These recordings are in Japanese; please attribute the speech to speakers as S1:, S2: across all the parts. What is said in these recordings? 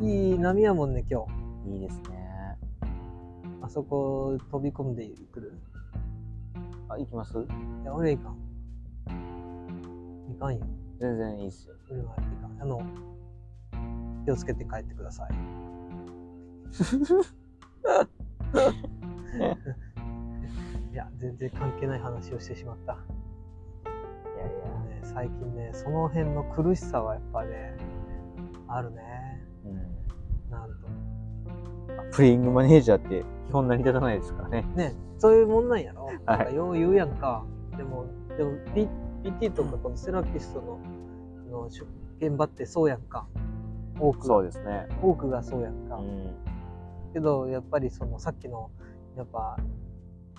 S1: いい波やもんね、今日。
S2: いいですね。
S1: あそこ飛び込んでくる。
S2: あ、行きます
S1: いや、俺いかん。いかんよ。
S2: 全然いいっすよ。
S1: 俺はいかん。あの、気をつけて帰ってください。いや、全然関係ない話をしてしまった。
S2: いやい
S1: ね、
S2: や。
S1: 最近ね、その辺の苦しさはやっぱね、あるね。
S2: うん。
S1: なんと。
S2: プレイングマネージャーって基本成り立たないですからね。
S1: ね、そういうもんなんやろ。
S2: はい
S1: なんかよう言うやんか。でも、でも、ピ PT とかこのセラピストののしゅ現場ってそうやんか。多く、
S2: そうですね。
S1: 多くがそうやん
S2: う
S1: か。
S2: ん。
S1: けど、やっぱりそのさっきの、やっぱ、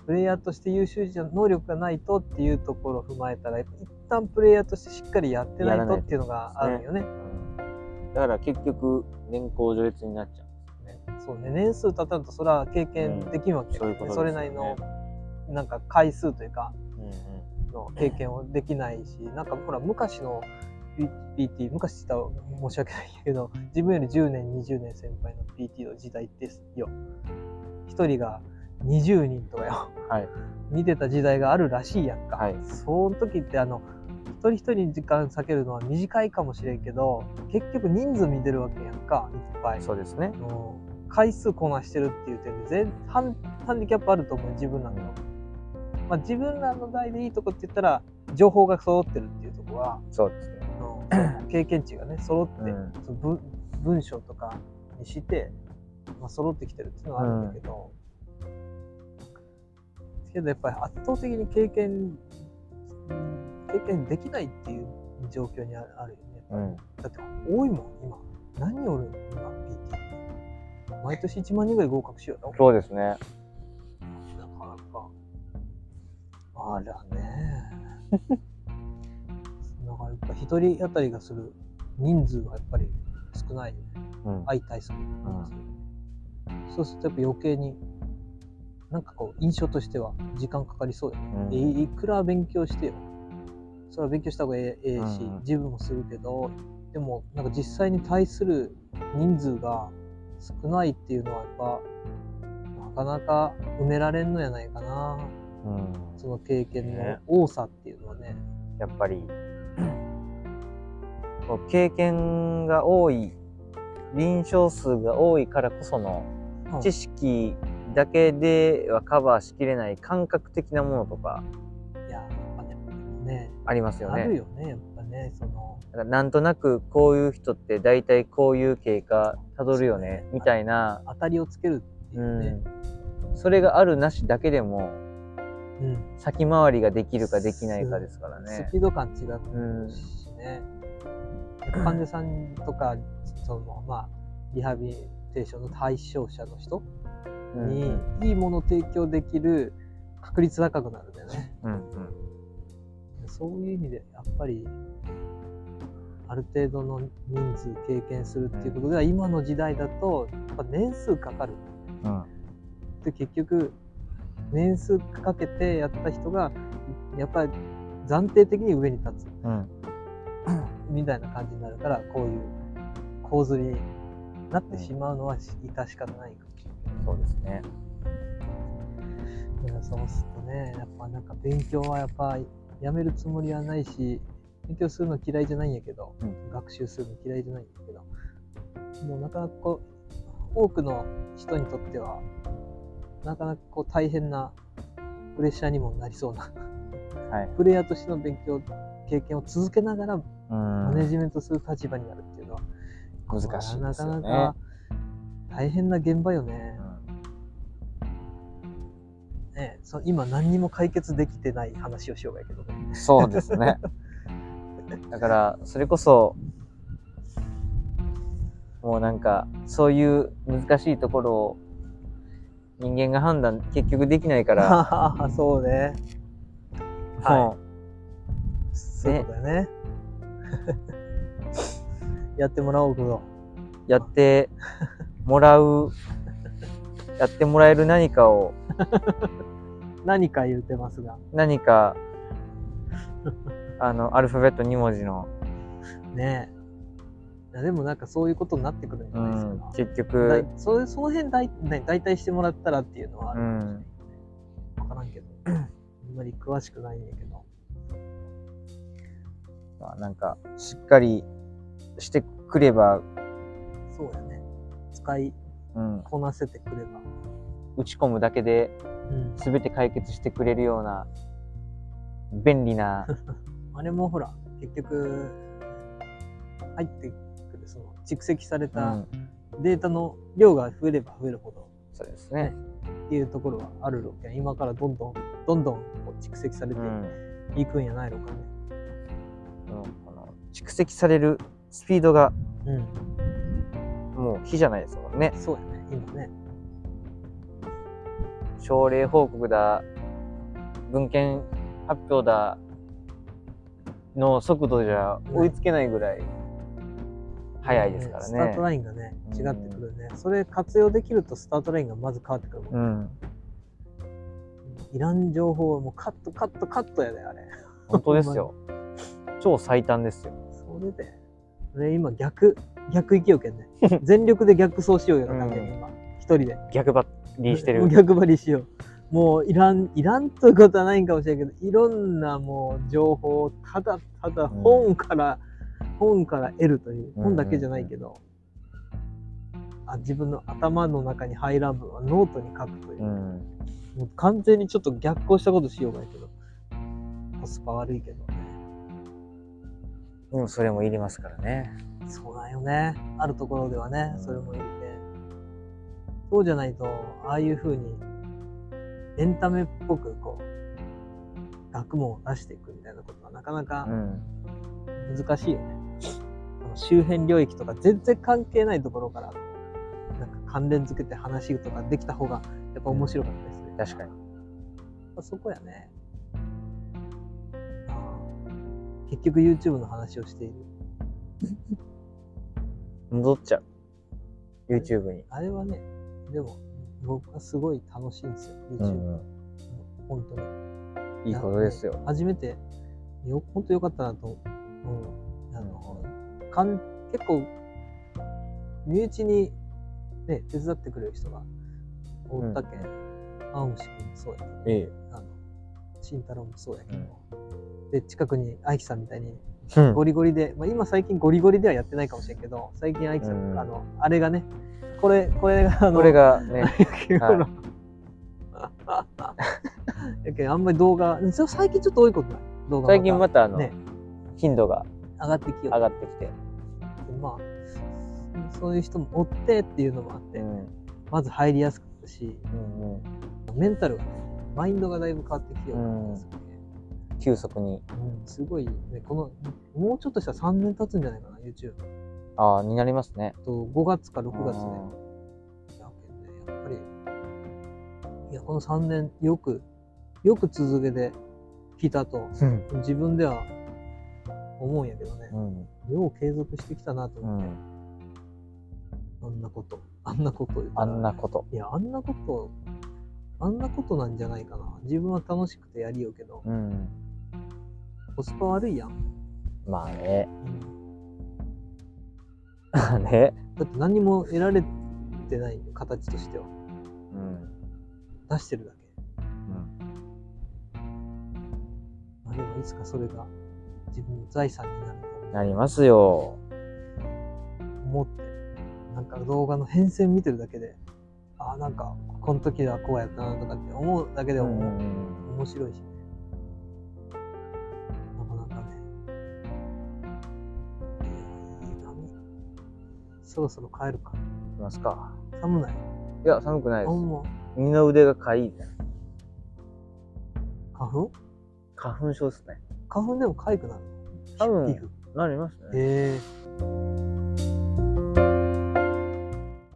S1: プレイヤーとして優秀じゃ能力がないとっていうところを踏まえたら、一旦プレイヤーとしてしっかりやってな
S2: やら
S1: いと
S2: ない
S1: っ
S2: と
S1: ていうのがあるよね。
S2: だから結局、年功序列になっちゃう。
S1: そうね、年数経たるとそれは経験できんわけよ、
S2: そういうことですよね
S1: それなりのなんか回数というか
S2: うんうん。
S1: の経験をできないし、なんかほら昔の PT 昔って言ったら申し訳ないけど自分より10年20年先輩の PT の時代ですよ一人が20人とかよ
S2: はい。
S1: 見てた時代があるらしいやんか、
S2: はい
S1: その時ってあの一人一人に時間割けるのは短いかもしれんけど結局人数見てるわけやんかいっぱい
S2: そうですね。
S1: うん回数こなしてるっていう点で全ハンハンディキャップあると思う自分らの、まあ、自分らの代でいいとこって言ったら情報が揃ってるっていうとこは、
S2: そうですね。
S1: うん経験値がね揃って、
S2: うん
S1: その文文章とかにして、まあ、揃ってきてるっていうのはあるんだけど、けどやっぱり圧倒的に経験経験できないっていう状況にああるよね。
S2: うん。
S1: だって多いもん、今。何人おる今、PT。毎年1万人ぐらい合格しようよ。
S2: そうです
S1: な
S2: ね。
S1: かなか。あらね。 なんかやっぱ一人当たりがする人数はやっぱり少ないよね。
S2: うん。
S1: 相対する人数。そうするとやっぱ余計に、なんかこう印象としては時間かかりそうよね。
S2: うん
S1: いいくら勉強してよ。それは勉強した方がええええし、
S2: うんうん
S1: 自分もするけど、でも、なんか実際に対する人数が少ないっていうのは、やっぱ、なかなか埋められんのやないかな。
S2: うん
S1: その経験の
S2: ね
S1: 多さっていうのはね。
S2: やっぱり、こう経験が多い、臨床数が多いからこその、
S1: うん
S2: 知識だけではカバーしきれない感覚的なものとか
S1: いや、やっぱね、ね
S2: ありますよ
S1: あ
S2: ね。
S1: るよね、やっぱね、その、
S2: だからなんとなくこういう人って大体こういう経過たどるよ
S1: そう
S2: ね
S1: ね、
S2: みたいな、
S1: 当たりをつけるっていううね。
S2: ん。それがあるなしだけでも、
S1: うん
S2: 先回りができるかできないかですからね
S1: ス。ピード感違
S2: うん
S1: うしね、患者さんとかそのまあリハビリテーションの対象者の人
S2: うん
S1: にいいものを提供できる確率高くなるんだよね
S2: うんうん
S1: そういう意味でやっぱりある程度の人数経験するっていうことでは今の時代だとやっぱ年数かかる
S2: うん
S1: で結局年数かけてやった人がやっぱり暫定的に上に立つ
S2: うん
S1: みたいな感じになるからこういう構図になってしまうのは致し方ないかもし
S2: そうですね。
S1: れない、そうするとねやっぱなんか勉強はやっぱやめるつもりはないし勉強するの嫌いじゃないんやけど、
S2: うん
S1: 学習するの嫌いじゃないんやけどもうなかなかこう多くの人にとってはなかなかこう大変なプレッシャーにもなりそうな
S2: はい。
S1: プレイヤーとしての勉強経験を続けながらマネ
S2: う
S1: ジメントする立場になるっていうのは
S2: ん、難しいですよ
S1: なか
S2: ね。
S1: なか大変な現場よね。ねそう今何にも解決できてない話をしようがやけどね。
S2: うんそうですね。 だから、それこそ、もうなんか、そういう難しいところを人間が判断結局できな いから、
S1: そうね。
S2: も
S1: そういうことだよね。 やってもらおうけど。
S2: うやってもらう、やってもらえる何かを、
S1: 何か言うてますが。
S2: 何 か、あの、アルファベット2文字の
S1: ねいやでもなんかそういうことになってくるんじ
S2: う
S1: ゃないですか。
S2: ん、結
S1: だ
S2: 局
S1: い、それその辺だい何代替してもらったらっていうのはあるかもしれないね。わからんけど。あんまり詳しくないんだけど。
S2: まあなんか、しっかりしてくれば、
S1: そうやね。使い
S2: うん、
S1: こなせてくれば。
S2: 打ち込むだけで
S1: うん。
S2: 全て解決してくれるような、便利 な、
S1: あれもほら、結局、入ってくる、その蓄積され
S2: う
S1: た
S2: ん、
S1: データの量が増えれば増えるほど
S2: そうです ね。
S1: っていうところはあるので、今からどんどん、どんどんこう蓄積され
S2: う
S1: て
S2: ん。
S1: いくんやないのかね。
S2: もうこの蓄積されるスピードが
S1: うん。
S2: もう火じゃないですもんね。
S1: そうやね、今ね。
S2: 症例報告だ、文献発表だ、の速度じゃ追いつけないぐらい速いですから
S1: スタート
S2: ね。
S1: ラインがね、違ってくるね。それ活用できるとスタートラインがまず変わってくるもん
S2: う
S1: ね。
S2: ん。
S1: いらん情報はもうカットカットカットやで、あれ。
S2: 本当ですよ。超最短ですよ。
S1: それで。それ今逆、逆勢いようけんね。全力で逆走しようよ、
S2: うん
S1: 完全に今。一人で。
S2: 逆ばっりして
S1: もう
S2: る。
S1: 逆張りしよう。もういらん、いらんということはないんかもしれんけど、いろんなもう情報をただただ本から、本から得るという、
S2: うん
S1: 本だけじゃないけど、あ自分の頭の中に入らん分はノートに書くという
S2: う、ん。
S1: もう完全にちょっと逆行したことしようがやけど、コスパ悪いけどね。
S2: でもそれもいりますからね。
S1: そうだよね。あるところではね、
S2: うん
S1: それもいるね。そうじゃないと、ああいうふうに、エンタメっぽく、こう、学問を出していくみたいなことはなかな
S2: う
S1: か
S2: ん。
S1: 難しいよね。その周辺領域とか全然関係ないところから、なんか関連付けて話とかできた方が、やっぱ面白かったりする。
S2: 確かに。
S1: まあそこやね。あー結局 YouTube の話をしている。
S2: 戻っちゃう。YouTube に。
S1: あれはね、でも、僕はすごい楽しいんですよ、
S2: う
S1: YouTube。
S2: ん。
S1: 本当に。
S2: いいことですよ。
S1: 初めて、よ、本当よかったなと思う。あの、かん、結構、身内に、ね、手伝ってくれる人が、おったけん、青虫君もそうやけど、
S2: ええ。
S1: あの、慎太郎もそうやけど、で、近くに愛希さんみたいに、
S2: うん
S1: ゴリゴリで、まあ、今最近ゴリゴリではやってないかもしれんけど、最近愛希さん、
S2: うん
S1: あの、あれがね、これ、これが、あの、
S2: これがね。
S1: ほら。 やけんあんまり動画、そう最近ちょっと多いことない。動画
S2: 最近またあの、
S1: ね、
S2: 頻度が
S1: 上がってきよ
S2: 上がってきて、
S1: う。まあ、そういう人も追ってっていうのもあって、
S2: うん
S1: まず入りやすくなるし、
S2: うんうん
S1: メンタルがね、マインドがだいぶ変わってきような気が
S2: 急速に
S1: するねうんすごいね、この、もうちょっとしたら3年経つんじゃないかな、YouTube。
S2: あーになりますね。
S1: と5月か6月ね。
S2: う
S1: やけんねやっぱり、いや、この3年、よく、よく続けてきたと
S2: ん
S1: 自分では思うんやけどね、
S2: うん
S1: よう継続してきたなと
S2: う
S1: 思って、
S2: ん
S1: あんなことあんなこと言うた
S2: あ
S1: ら
S2: んなこと。
S1: いやあんなことあんなことなんじゃないかな自分は楽しくてやりようけど
S2: うん
S1: コスパ悪いやん、
S2: まあね。 まあね。
S1: だって何も得られてないんで形としては
S2: うん
S1: 出してるだけ
S2: うん
S1: まあでもいつかそれが自分の財産になると
S2: なりますよ。
S1: 思ってなんか動画の変遷見てるだけでああなんかこの時はこうやったなとかって思うだけで
S2: う
S1: も、
S2: ん
S1: 面白いしねなかなかねえーいい波そろそろ帰るか
S2: いきますか。
S1: 寒ない
S2: いや、寒く
S1: あ
S2: ないです。
S1: んま
S2: 二の腕がかいい。
S1: 花粉
S2: 花粉症ですね。
S1: 花粉でもかゆくなる
S2: 多
S1: 皮膚
S2: 分、なりますね。
S1: え